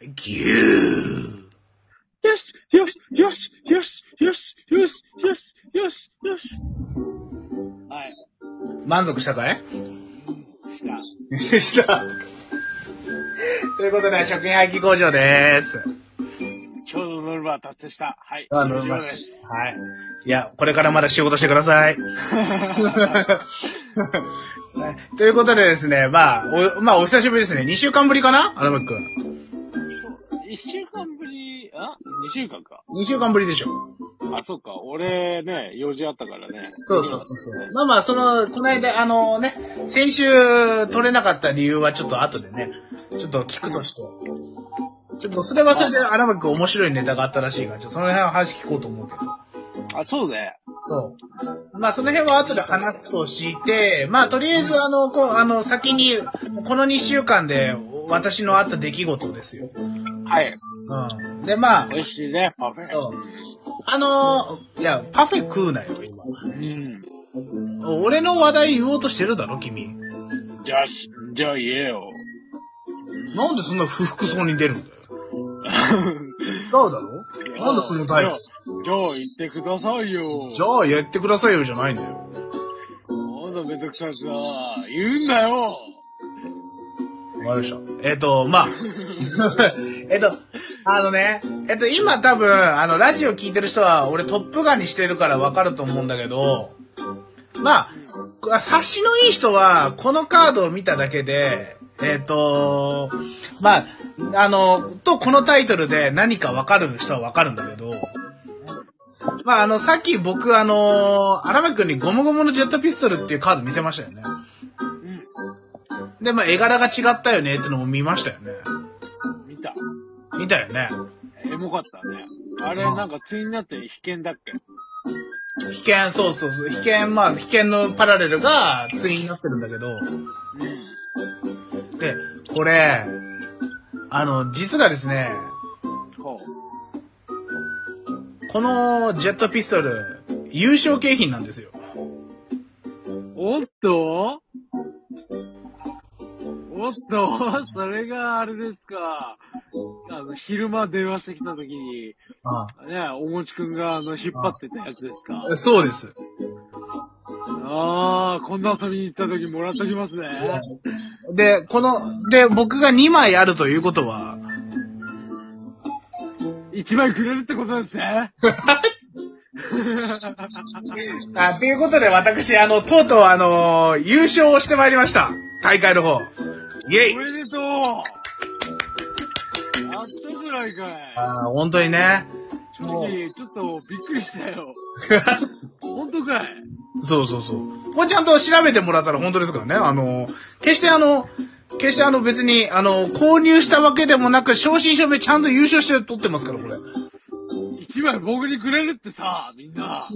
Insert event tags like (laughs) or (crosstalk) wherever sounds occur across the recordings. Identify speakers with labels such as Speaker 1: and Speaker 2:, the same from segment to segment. Speaker 1: ぎゅ
Speaker 2: よしよしよしよしよしよしよしよしよしはい。
Speaker 1: ー満足したかい
Speaker 2: した。
Speaker 1: した。ということで、食品廃棄工場でーす。
Speaker 2: 今日のノルマは達成した。はい。
Speaker 1: あ
Speaker 2: 以
Speaker 1: の
Speaker 2: 上です。
Speaker 1: はい。いや、これからまだ仕事してください。 (laughs) ということでですね、まあ、お、まあ、お久しぶりですね。2週間ぶりかなアラムック。
Speaker 2: そう一週間ぶり、あ二週間か。
Speaker 1: 2週間ぶりでしょ。
Speaker 2: あ、そうか。俺ね、用事あったからね。
Speaker 1: そうそうそうそう。まあまあ、その、この間、あのね、先週取れなかった理由はちょっと後でね、ちょっと聞くとして。ちょっと、それはそれで、アラムック面白いネタがあったらしいから、ちょっとその辺の話聞こうと思うけど。
Speaker 2: あ、そうね。
Speaker 1: そう。まあ、その辺は後で話として、まあ、とりあえず、あの、こうあの先に、この2週間で、私のあった出来事ですよ。
Speaker 2: はい。
Speaker 1: うん。で、まあ、
Speaker 2: 美味しいね、パフェ。
Speaker 1: そうあの、いや、パフェ食うなよ、今。
Speaker 2: うん。
Speaker 1: 俺の話題言おうとしてるだろ、君。
Speaker 2: じゃあし、じゃあ言えよ。
Speaker 1: なんでそんな不服そうに出るんだよ。そうだろなんでそのタイプ
Speaker 2: プじゃあ言ってくださいよ。
Speaker 1: じゃあ、やってくださいよ、じゃないんだよ。
Speaker 2: なんだめんどくさいさ。言うんだよ。
Speaker 1: わかりました。えっ、と、まあ、えっと、あのね、えっ、と、今多分、あの、ラジオ聞いてる人は、俺トップガンにしてるからわかると思うんだけど、まあ、察しのいい人は、このカードを見ただけで、えっ、と、まあ、あの、と、このタイトルで何かわかる人はわかるんだけど、まあ、あの、さっき僕、あの、荒牧くんにゴムゴムのジェットピストルっていうカード見せましたよね。
Speaker 2: うん。
Speaker 1: で、まあ、絵柄が違ったよねってのも見ましたよね。
Speaker 2: 見た。
Speaker 1: 見たよね。
Speaker 2: エモかったね。あれ、なんか、対になって被験だっけ
Speaker 1: 危険、そうそうそう。危険、まあ、危険のパラレルがツイになってるんだけど。
Speaker 2: うん。
Speaker 1: で、これ、あの、実がですね、
Speaker 2: こ
Speaker 1: このジェットピストル、優勝景品なんですよ。
Speaker 2: う。おっとおっと (laughs) それがあれですか。あの、昼間電話してきた時に、
Speaker 1: あ
Speaker 2: ね、おもちくんが、あの、引っ張ってたやつですか。
Speaker 1: そうです。
Speaker 2: ああ、今度遊びに行った時もらっときますね。
Speaker 1: で、この、で、僕が2枚あるということは、
Speaker 2: 一枚くれるってことですね。
Speaker 1: あ、ということで私、あの、とうとう、あの、優勝をしてまいりました。大会の方。イェイ
Speaker 2: おめでとうやったじゃないかい。
Speaker 1: あー本当にね。(laughs)
Speaker 2: 正直、ちょっとびっくりしたよ。本当かい
Speaker 1: そうそうそう。これちゃんと調べてもらったら本当ですからね。あの、決してあの、決してあの別に、あの、購入したわけでもなく、正真正銘ちゃんと優勝して取ってますから、これ。
Speaker 2: 一枚僕にくれるってさ、みんな。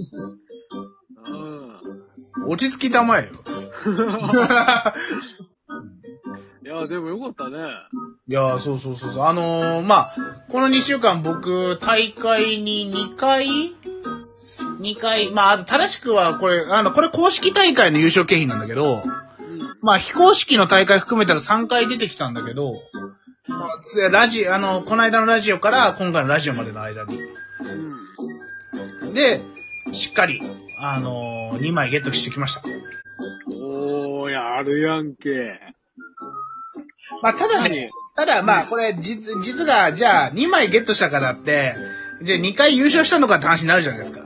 Speaker 2: うん。
Speaker 1: 落ち着きたまえよ。
Speaker 2: いや、でもよかったね。
Speaker 1: いやー、そうそうそうそう。あのー、まあ、この2週間僕、大会に2回 ?2 回、まあ、あと正しくはこれ、あの、これ公式大会の優勝景品なんだけど、まあ、非公式の大会含めたら3回出てきたんだけど、まあつラジ、あの、この間のラジオから今回のラジオまでの間に。
Speaker 2: うん。
Speaker 1: で、しっかり、あのー、2枚ゲットしてきました。
Speaker 2: うん。おー、やるやんけ。
Speaker 1: まあ、ただね、ただまあ、これ、実、実が、じゃあ、2枚ゲットしたからって、じゃあ2回優勝したのかって話になるじゃないですか。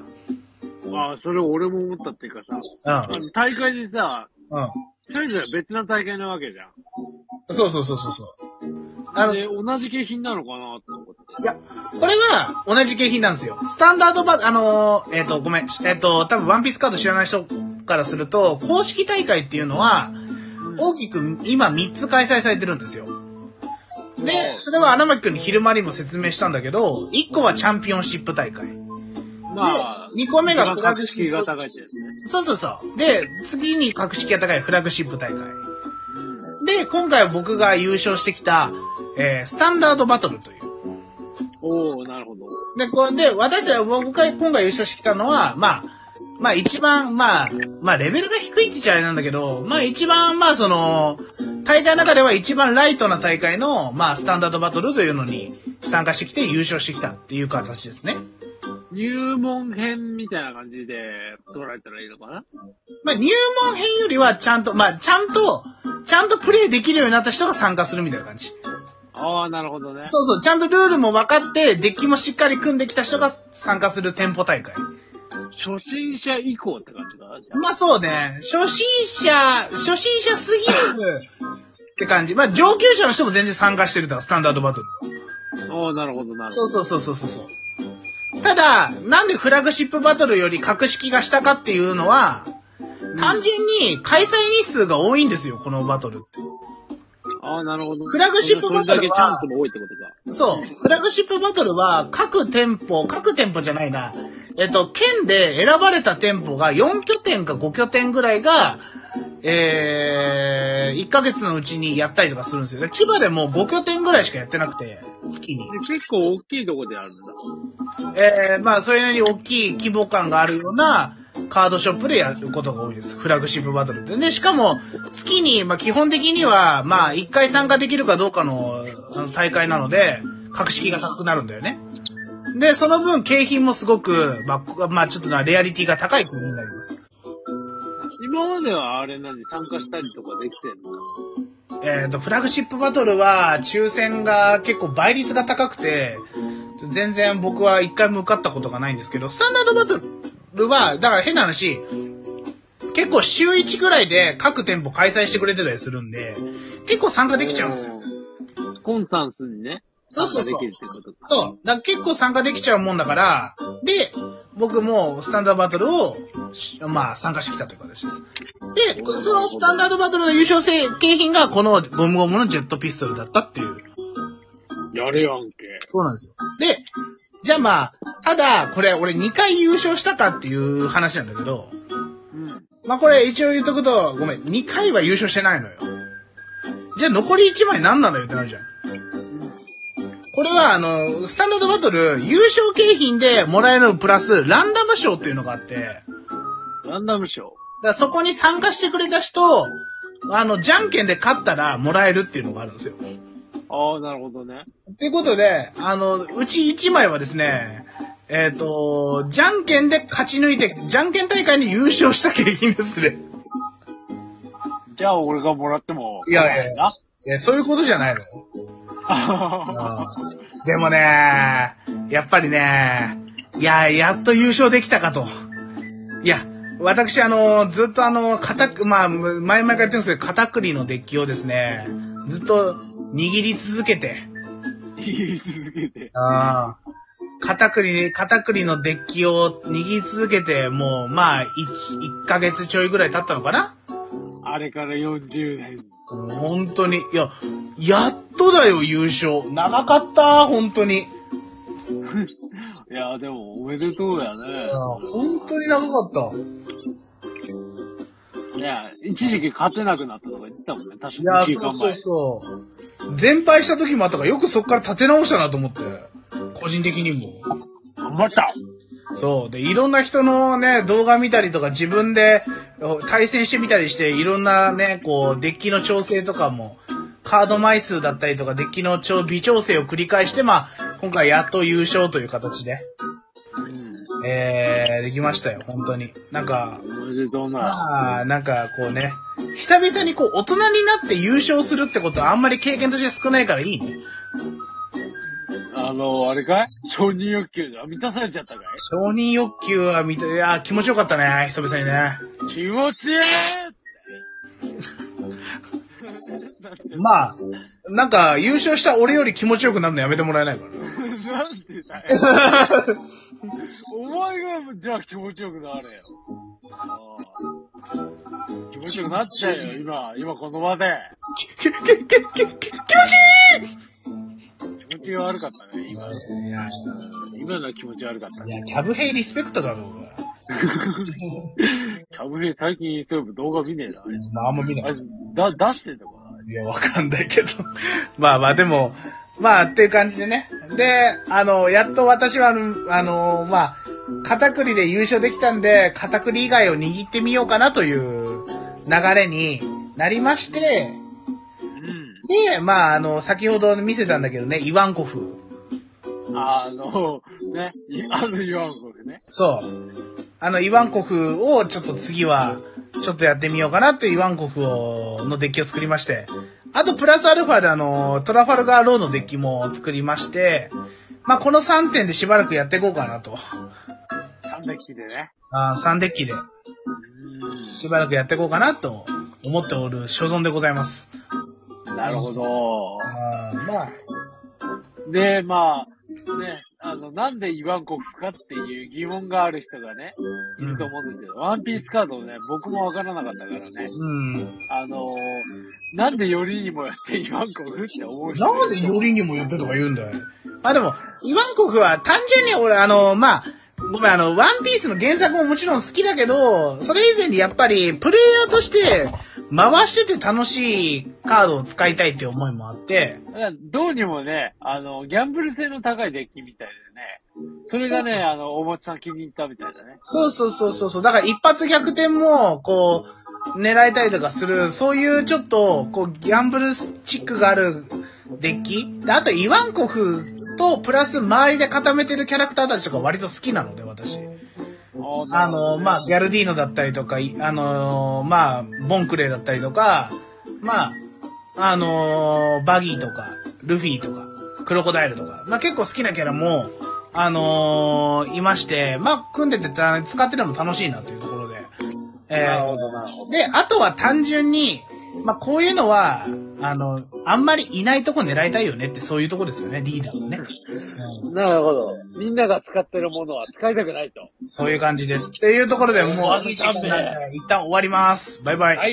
Speaker 2: あー、それ俺も思ったっていうかさ、あの大会でさ、
Speaker 1: うん。うん。
Speaker 2: それぞれ別な大会なわけじゃん。
Speaker 1: そうそうそうそうそう。あの、い
Speaker 2: で、同じ景品なのかなって思って。
Speaker 1: や、これは、同じ景品なんですよ。スタンダードバ、あのー、えっ、と、ごめん、えっ、と、多分ワンピースカード知らない人からすると、公式大会っていうのは、大きく今3つ開催されてるんですよ。で、それは荒牧くんに昼間にも説明したんだけど、1個はチャンピオンシップ大会。
Speaker 2: まあ、
Speaker 1: で、2個目がフラグ
Speaker 2: 格
Speaker 1: シ
Speaker 2: 式
Speaker 1: ッ
Speaker 2: が
Speaker 1: プ。
Speaker 2: 高いってやつね。
Speaker 1: そうそうそう。で、次に格式が高いフラグシップ大会。
Speaker 2: うん。
Speaker 1: で、今回僕が優勝してきた、えースタンダードバトルという。
Speaker 2: おー、なるほど。
Speaker 1: で、これで、私は、僕が今回優勝してきたのは、まあ、まあ一番、まあ、まあレベルが低いって言っちゃあれなんだけど、まあ一番、まあその、大会の中では一番ライトな大会の、まあスタンダードバトルというのに参加してきて優勝してきたっていう形ですね。
Speaker 2: 入門編みたいな感じで捉えたらいいのかな
Speaker 1: まあ、入門編よりはちゃんと、まあ、ちゃんと、ちゃんとプレイできるようになった人が参加するみたいな感じ。
Speaker 2: ああ、なるほどね。
Speaker 1: そうそう、ちゃんとルールも分かって、デッキもしっかり組んできた人が参加する店舗大会。
Speaker 2: 初心者以降って感じかなじゃあ
Speaker 1: まあそうね、初心者、初心者すぎるって感じ。まあ上級者の人も全然参加してるだ、スタンダードバトル。
Speaker 2: ああ、なるほど、なるほ
Speaker 1: そうそうそうそうそうそう。ただ、なんでフラグシップバトルより格式が下かっていうのは、単純に開催日数が多いんですよ、このバトル。
Speaker 2: ど。ああ、なるほど。
Speaker 1: フラグシップバトルは
Speaker 2: それだけチャンスも多いってことか。
Speaker 1: そう。フラグシップバトルは、各店舗、各店舗じゃないな。えっと、県で選ばれた店舗が4拠点か5拠点ぐらいが、えー、1ヶ月のうちにやったりとかするんですよね。千葉でも5拠点ぐらいしかやってなくて、月に。
Speaker 2: で結構大きいとこでやるんだ。
Speaker 1: えー、まあ、それなりに大きい規模感があるような、カードショップでやることが多いです。フラグシップバトルって。で、しかも、月に、まあ、基本的には、まあ、1回参加できるかどうかのあの大会なので、格式が高くなるんだよね。で、その分、景品もすごく、まあここ、まあ、ちょっとな、レアリティが高い国になります。
Speaker 2: 今まではあれ何参加したりとかできてんの
Speaker 1: えっ、と、フラグシップバトルは、抽選が結構倍率が高くて、全然僕は一回も受かったことがないんですけど、スタンダードバトルは、だから変な話、結構週1ぐらいで各店舗開催してくれてたりするんで、結構参加できちゃうんですよ。
Speaker 2: よ。コンスタンスにね。
Speaker 1: そうそうそう
Speaker 2: 参加できるってことか。
Speaker 1: そう。だから結構参加できちゃうもんだから、で、僕もスタンダードバトルをし、まあ、参加してきたという形です。で、そのスタンダードバトルの優勝せ景品が、このゴムゴムのジェットピストルだったっていう。
Speaker 2: やるやんけ。
Speaker 1: そうなんですよ。で、じゃあまあ、ただ、これ、俺2回優勝したかっていう話なんだけど、
Speaker 2: うん。
Speaker 1: まあこれ一応言っとくと、ごめん、2回は優勝してないのよ。じゃあ残り1枚何なのよってなるじゃん。これはあの、スタンダードバトル、優勝景品でもらえるのプラス、ランダム賞っていうのがあって、だか
Speaker 2: ランダム賞。
Speaker 1: らそこに参加してくれた人、あの、じゃんけんで勝ったらもらえるっていうのがあるんですよ。
Speaker 2: ああ、なるほどね。
Speaker 1: ということで、あの、うち1枚はですね、えっ、と、じゃんけんで勝ち抜いて、じゃんけん大会に優勝した景品ですね。
Speaker 2: じゃあ俺がもらっても。
Speaker 1: いやいやいや
Speaker 2: あ
Speaker 1: いや、そういうことじゃないの。
Speaker 2: あ
Speaker 1: うんでもね、やっぱりね、いや、やっと優勝できたかと。いや、私、あの、ずっとあの、かたく、まあ、む前々から言ってるんですけど、片栗のデッキをですね、ずっと握り続けて、
Speaker 2: 言い続けて。
Speaker 1: ああ。片栗、片栗のデッキを握り続けて、もう、まあ、1、一ヶ月ちょいぐらい経ったのかな
Speaker 2: あれから40年。
Speaker 1: 本当に。いや、やっとだよ、優勝。長かった、本当に。
Speaker 2: いや、でも、おめでとうやね。
Speaker 1: 本当に長かった。
Speaker 2: いや、一時期勝てなくなったとか言ってたもんね。確
Speaker 1: い
Speaker 2: か
Speaker 1: や、そ
Speaker 2: に1週
Speaker 1: う
Speaker 2: 間
Speaker 1: そう
Speaker 2: 前。
Speaker 1: そう。全敗した時もあったから、よくそこから立て直したなと思って。個人的にも。
Speaker 2: 頑張った
Speaker 1: そう。で、いろんな人のね、動画見たりとか、自分でお対戦してみたりして、いろんなね、こう、デッキの調整とかも、カード枚数だったりとか、デッキの調微調整を繰り返して、まあ、今回やっと優勝という形で、
Speaker 2: うん。
Speaker 1: えー、できましたよ、本当に。なんか、
Speaker 2: おめでとうな。
Speaker 1: まあ、なんかこうね、久々にこう、大人になって優勝するってことはあんまり経験として少ないからいいね。
Speaker 2: あの、あれかい承認欲求じゃ満たされちゃったかい
Speaker 1: 承認欲求は見て、いやー、気持ちよかったね、久々にね。
Speaker 2: 気持ちいい
Speaker 1: まあ、なんか、優勝した俺より気持ちよくなるのやめてもらえないかな。
Speaker 2: (laughs) なんでだよ。お前が、じゃあ気持ちよくなれよ。ああ気持ちよくなっちゃうよ、今、今この場で。
Speaker 1: き、き、き、き、き、き、気持ち
Speaker 2: 気持ちが悪かったね、
Speaker 1: いい
Speaker 2: 今。
Speaker 1: いや、
Speaker 2: 今のは気持ち悪かった
Speaker 1: い
Speaker 2: ね。
Speaker 1: や、キャブヘイリスペクトだろ、僕は。
Speaker 2: キャブヘイ最近そういえば動画見ねえな。
Speaker 1: まあ、あんま見な
Speaker 2: あ
Speaker 1: い。
Speaker 2: れ、だ、出してんのかない
Speaker 1: や、わかんないけど。 (laughs) まあまあ、でも、まあ、っていう感じでね。で、あの、やっと私は、あのあの、まあ、片栗で優勝できたんで、片栗以外を握ってみようかなという流れになりまして、
Speaker 2: うん。
Speaker 1: で、まあ、あの、先ほど見せたんだけどね、イワンコフ。
Speaker 2: あの、ね、いあの言わんこでね。
Speaker 1: そう。あの、イワンコフをちょっと次は、ちょっとやってみようかなっていうイワンコフを、のデッキを作りまして。あと、プラスアルファであの、トラファルガーローのデッキも作りまして、まあ、この3点でしばらくやっていこうかなと。
Speaker 2: 三打聞いてね。
Speaker 1: あ3デッキで
Speaker 2: う
Speaker 1: しばらくやっていこうかなと思っておる所存でございます。
Speaker 2: ん。なるほど。
Speaker 1: あーまあ、
Speaker 2: で、まあ、ね、あの、なんでイワンコフかっていう疑問がある人がね、いると思うんですけど、ワンピースカードをね、僕もわからなかったからね、
Speaker 1: うん。
Speaker 2: あのー、なんでよりにもやってイワンコフって思う人
Speaker 1: なんでよりにも言ってとか言うんだよ。 (laughs) まあでも、イワンコフは単純に俺あの、まあ、ごめんあの、ワンピースの原作ももちろん好きだけど、それ以前にやっぱりプレイヤーとして回してて楽しいカードを使いたいって思いもあって、
Speaker 2: だからどうにもね、あの、ギャンブル性の高いデッキみたいでね、それがね、あの、おもちさん気に入ったみたいだね。
Speaker 1: そうそうそうそうそう、だから一発逆転も、こう、狙えたりとかする、そういうちょっと、こう、ギャンブルチックがあるデッキ。であと、イワンコフと、プラス周りで固めてるキャラクターたちとか割と好きなので、私。
Speaker 2: あ
Speaker 1: あの、まあ、ギャルディーノだったりとか、いあのーまあ、ボンクレーだったりとか、まあ、あのーバギーとか、ルフィとか、クロコダイルとか、まあ結構好きなキャラも、あのーいまして、まあ、組んでてた使ってるのも楽しいなというところで。えー
Speaker 2: なるほど、なるほど。
Speaker 1: で、あとは単純に、まあ、こういうのは、あの、あんまりいないとこ狙いたいよねって、そういうとこですよね、リーダーがね。うん
Speaker 2: なるほど。みんなが使ってるものは使いたくないと。
Speaker 1: そういう感じです。っていうところでもう、
Speaker 2: 終わりだべ
Speaker 1: 一旦終わります。バイバイ。
Speaker 2: はい